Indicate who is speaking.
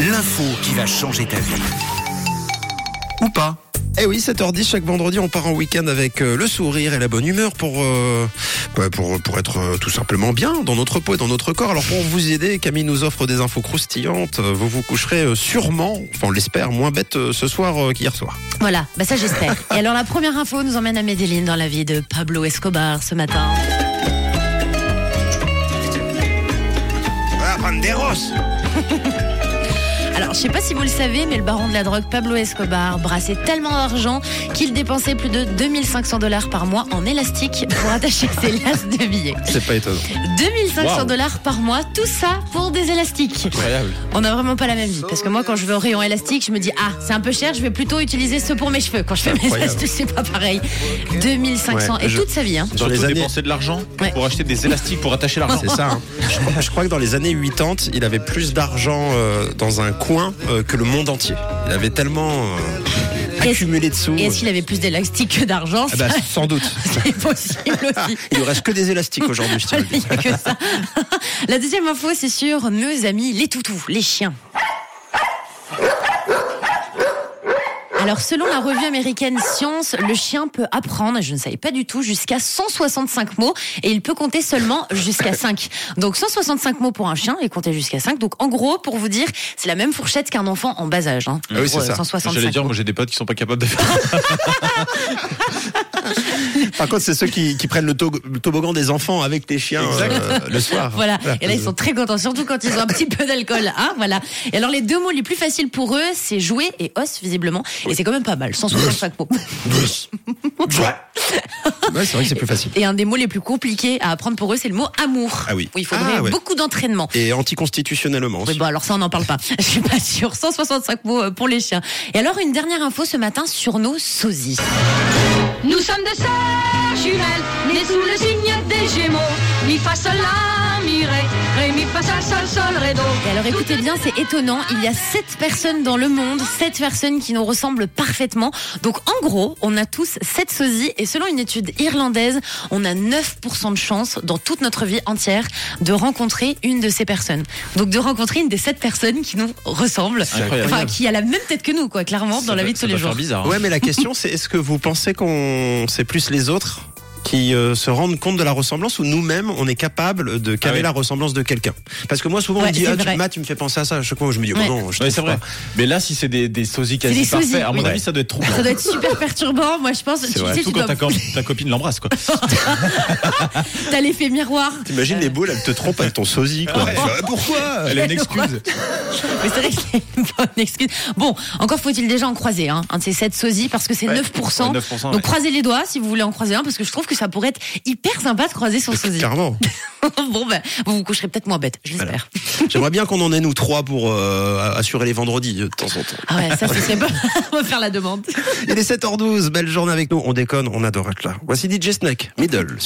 Speaker 1: l'info qui va changer ta vie. Ou pas.
Speaker 2: Eh oui, 7h10 chaque vendredi, on part en week-end avec euh, le sourire et la bonne humeur pour euh, bah, pour pour être euh, tout simplement bien dans notre peau et dans notre corps. Alors pour vous aider, Camille nous offre des infos croustillantes. Euh, Vous vous coucherez euh, sûrement, enfin on l'espère, moins bête euh, ce soir euh, qu'hier soir.
Speaker 3: Voilà, bah ça j'espère. Et alors la première info nous emmène à Medellín dans la vie de Pablo Escobar ce matin.
Speaker 1: Ah, Banderos
Speaker 3: Alors je sais pas si vous le savez, mais le baron de la drogue Pablo Escobar brassait tellement d'argent qu'il dépensait plus de 2500 dollars par mois en élastique pour attacher ses liasses de billets.
Speaker 2: C'est pas étonnant.
Speaker 3: 2500
Speaker 2: Wow.
Speaker 3: dollars par mois, tout ça pour des élastiques.
Speaker 2: Incroyable.
Speaker 3: On n'a vraiment pas la même vie. Parce que moi, quand je vais au rayon élastique, je me dis Ah, c'est un peu cher, je vais plutôt utiliser ceux pour mes cheveux. Quand je fais mes
Speaker 2: Incroyable.
Speaker 3: astuces, c'est pas pareil. 2500
Speaker 2: Ouais,
Speaker 3: et
Speaker 2: je-
Speaker 3: toute sa vie. Hein.
Speaker 2: Dans
Speaker 4: Surtout
Speaker 2: les années-
Speaker 4: dépenser de l'argent
Speaker 3: Ouais.
Speaker 4: pour acheter des élastiques pour attacher l'argent.
Speaker 2: C'est ça. hein. Je, crois, je crois que dans les années 80, il avait plus d'argent euh, dans un coin euh, que le monde entier. Il avait tellement euh,
Speaker 3: Et est-ce-
Speaker 2: accumulé de sous.
Speaker 3: Et est-ce qu'il avait plus d'élastiques que d'argent
Speaker 2: Ah bah,
Speaker 3: Ça,
Speaker 2: sans doute.
Speaker 3: C'est possible aussi.
Speaker 2: Il ne reste que des élastiques aujourd'hui, je tiens à le dire.
Speaker 3: Il y a que ça. La deuxième info, c'est sur nos amis les toutous, les chiens. Alors, selon la revue américaine Science, le chien peut apprendre, je ne savais pas du tout, jusqu'à 165 mots et il peut compter seulement jusqu'à 5. Donc, 165 mots pour un chien et compter jusqu'à 5. Donc, en gros, pour vous dire, c'est la même fourchette qu'un enfant en bas âge. hein.
Speaker 2: Ah oui, c'est
Speaker 3: Pour, euh,
Speaker 2: ça.
Speaker 3: 165
Speaker 4: J'allais dire, moi j'ai des potes qui sont pas capables de faire.
Speaker 2: Par contre, c'est ceux qui, qui prennent le, tog- le toboggan des enfants avec les chiens euh, le soir.
Speaker 3: Voilà. Et là, ils sont très contents, surtout quand ils ont un petit peu d'alcool. Ah, voilà. Et alors, les deux mots les plus faciles pour eux, c'est jouer et os, visiblement. Et c'est quand même pas mal. 165 mots.
Speaker 2: Ouais, c'est vrai que c'est plus facile.
Speaker 3: Et un des mots les plus compliqués à apprendre pour eux, c'est le mot amour.
Speaker 2: Ah oui.
Speaker 3: il faudrait
Speaker 2: Ah ouais.
Speaker 3: beaucoup d'entraînement.
Speaker 2: Et anticonstitutionnellement.
Speaker 3: Oui,
Speaker 2: aussi.
Speaker 3: bon, alors ça, on n'en parle pas. Je suis pas sûre. 165 mots euh, pour les chiens. Et alors, une dernière info ce matin sur nos sosies.
Speaker 5: Nous sommes de sœurs jumelles, nées sous le signe des Gémeaux. Mi fa sol la mi ré, ré mi fa sol sol sol ré do.
Speaker 3: Et alors écoutez bien, c'est étonnant, il y a sept personnes dans le monde, sept personnes qui nous ressemblent parfaitement. Donc en gros, on a tous sept sosies et selon une étude irlandaise, on a 9% de chance dans toute notre vie entière de rencontrer une de ces personnes. Donc de rencontrer une des sept personnes qui nous ressemblent,
Speaker 4: incroyable.
Speaker 3: enfin qui a la même tête que nous quoi, clairement dans la vie de tous les jours.
Speaker 4: bizarre.
Speaker 2: Ouais, mais la question, c'est est-ce que vous pensez qu'on c'est plus les autres qui euh, se rendent compte de la ressemblance ou nous-mêmes on est capable de caler
Speaker 4: Ah ouais.
Speaker 2: la ressemblance de quelqu'un Parce que moi souvent on
Speaker 3: Ouais,
Speaker 2: me dit
Speaker 3: c'est
Speaker 2: ah, tu,
Speaker 3: vrai.
Speaker 2: Matt, tu me fais penser à ça à chaque fois je me dis oh
Speaker 3: Ouais.
Speaker 2: non je
Speaker 4: Ouais,
Speaker 2: trouve
Speaker 4: c'est vrai.
Speaker 2: pas.
Speaker 4: Mais là, si c'est des, des sosies quasi
Speaker 3: C'est des sosies,
Speaker 4: parfaits, à mon
Speaker 3: oui.
Speaker 4: avis, ça doit être troublant.
Speaker 3: Ça doit être super perturbant, moi je pense. Tu sais, tu
Speaker 4: Surtout quand
Speaker 3: dois...
Speaker 4: ta, cor- ta copine l'embrasse, quoi.
Speaker 3: t'as l'effet miroir.
Speaker 2: T'imagines les boules, elle te trompe avec ton sosie quoi. Pourquoi
Speaker 4: Elle a une excuse.
Speaker 3: Mais c'est vrai que c'est une bonne excuse. Bon, encore faut-il déjà en croiser hein, un de ces 7 sosies parce que c'est
Speaker 4: Ouais.
Speaker 3: 9%.
Speaker 4: Ouais, 9%,
Speaker 3: Donc
Speaker 4: ouais.
Speaker 3: croisez les doigts si vous voulez en croiser un parce que je trouve que ça pourrait être hyper sympa de croiser son sosie.
Speaker 2: Clairement.
Speaker 3: bon, ben, vous vous coucherez peut-être moins bête, je l'espère.
Speaker 2: J'aimerais bien qu'on en ait nous trois pour euh, assurer les vendredis de temps en temps.
Speaker 3: Ah ouais, ça, ce serait pas. On va faire la demande.
Speaker 2: Il est 7h12, belle journée avec nous. On déconne, on adore être là. Voici DJ Snake, Middle. sur